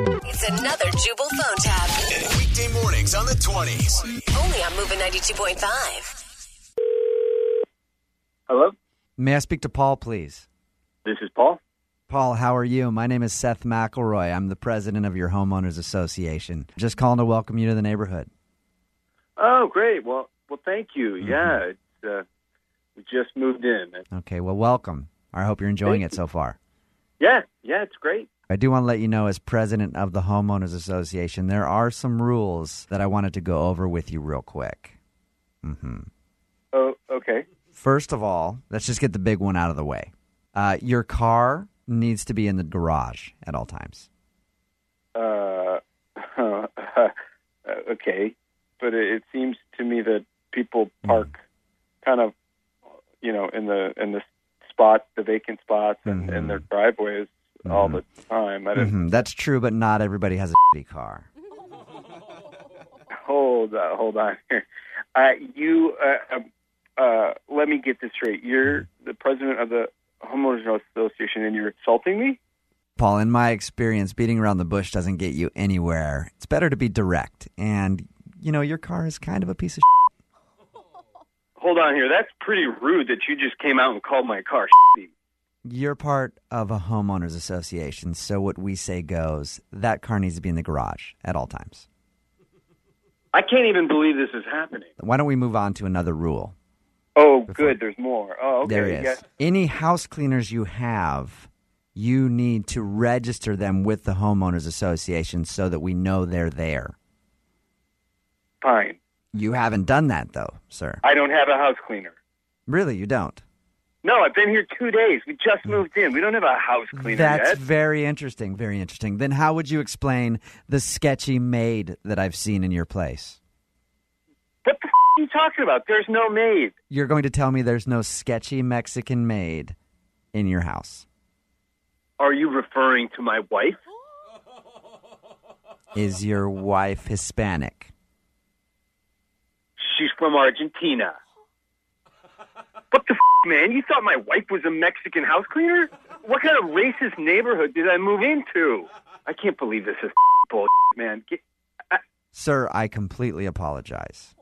another Jubal phone tab. Weekday mornings on the 20s. Only on Moving 92.5. Hello, May I speak to Paul, please? this is Paul. Paul, how are you? My name is Seth McElroy. I'm the president of your homeowners association. Just calling to welcome you to the neighborhood. Oh, great. Well, well, thank you. Yeah, it's, uh, we just moved in. Okay, well, welcome. I hope you're enjoying Thank it so far. Yeah, yeah, it's great. I do want to let you know, as president of the homeowners association, there are some rules that I wanted to go over with you real quick. Oh, okay. First of all, let's just get the big one out of the way. Uh, your car needs to be in the garage at all times. Uh, uh, okay, but it, it seems to me that people park kind of, you know, in the in the spot, the vacant spots, and in their driveways all the time. I didn't Mhm, That's true, but not everybody has a shitty car. hold on, hold on here. Uh, you uh, uh, uh, let me get this straight. You're the president of the homeowners association, and you're insulting me. Paul, in my experience, beating around the bush doesn't get you anywhere. It's better to be direct. And, you know, your car is kind of a piece of shit. Hold on here. That's pretty rude that you just came out and called my car. shitty. You're part of a homeowners association, so what we say goes. That car needs to be in the garage at all times. I can't even believe this is happening. Why don't we move on to another rule? Oh, good. There's more. Oh, okay. there is. yeah. Any house cleaners you have, you need to register them with the homeowners association so that we know they're there. Fine. You haven't done that, though, sir. I don't have a house cleaner. Really, you don't. No, I've been here two days. We just moved in. We don't have a house cleaner Hmm. That's yet. very interesting. Very interesting. Then how would you explain the sketchy maid that I've seen in your place? What the f- are you talking about? There's no maid. You're going to tell me there's no sketchy Mexican maid in your house. Are you referring to my wife? Is your wife Hispanic? She's from Argentina. What the f, man? You thought my wife was a Mexican house cleaner? What kind of racist neighborhood did I move into? I can't believe this is bull, man. Get, Sir, I completely apologize.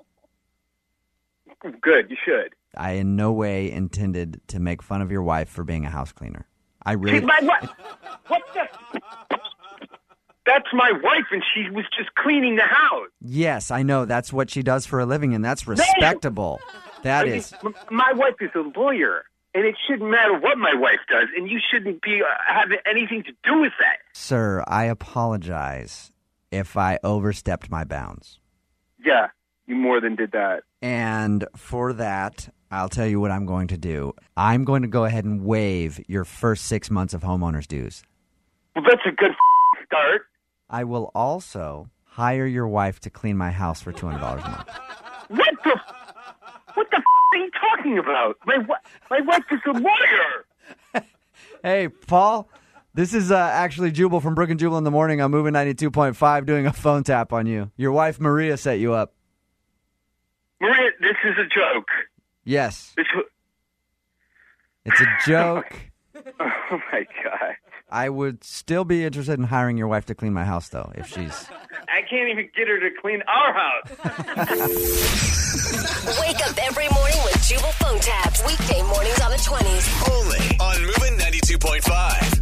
good, you should. I in no way intended to make fun of your wife for being a house cleaner. I She's really my wife. What the? That's my wife, and she was just cleaning the house. Yes, I know that's what she does for a living and that's respectable. That is M- My wife is a lawyer, and it shouldn't matter what my wife does, and you shouldn't be uh, having anything to do with that. Sir, I apologize if I overstepped my bounds. Yeah, you more than did that. And for that, I'll tell you what I'm going to do. I'm going to go ahead and waive your first six months of homeowners dues. Well, that's a good f- start. I will also hire your wife to clean my house for $200 a month. What the? f- What the f- are you talking about? My wi- my wife is a lawyer. Hey, Paul, this is uh, actually Jubal from Brook and Jubal in the Morning. I'm moving 92.5 doing a phone tap on you. Your wife, Maria, set you up. Maria, this is a joke. Yes, This. w- it's a joke. Oh my god. I would still be interested in hiring your wife to clean my house, though, if she's. I can't even get her to clean our house. Wake up every morning with Jubal phone tabs. Weekday mornings on the 20s. Only on Moving 92.5.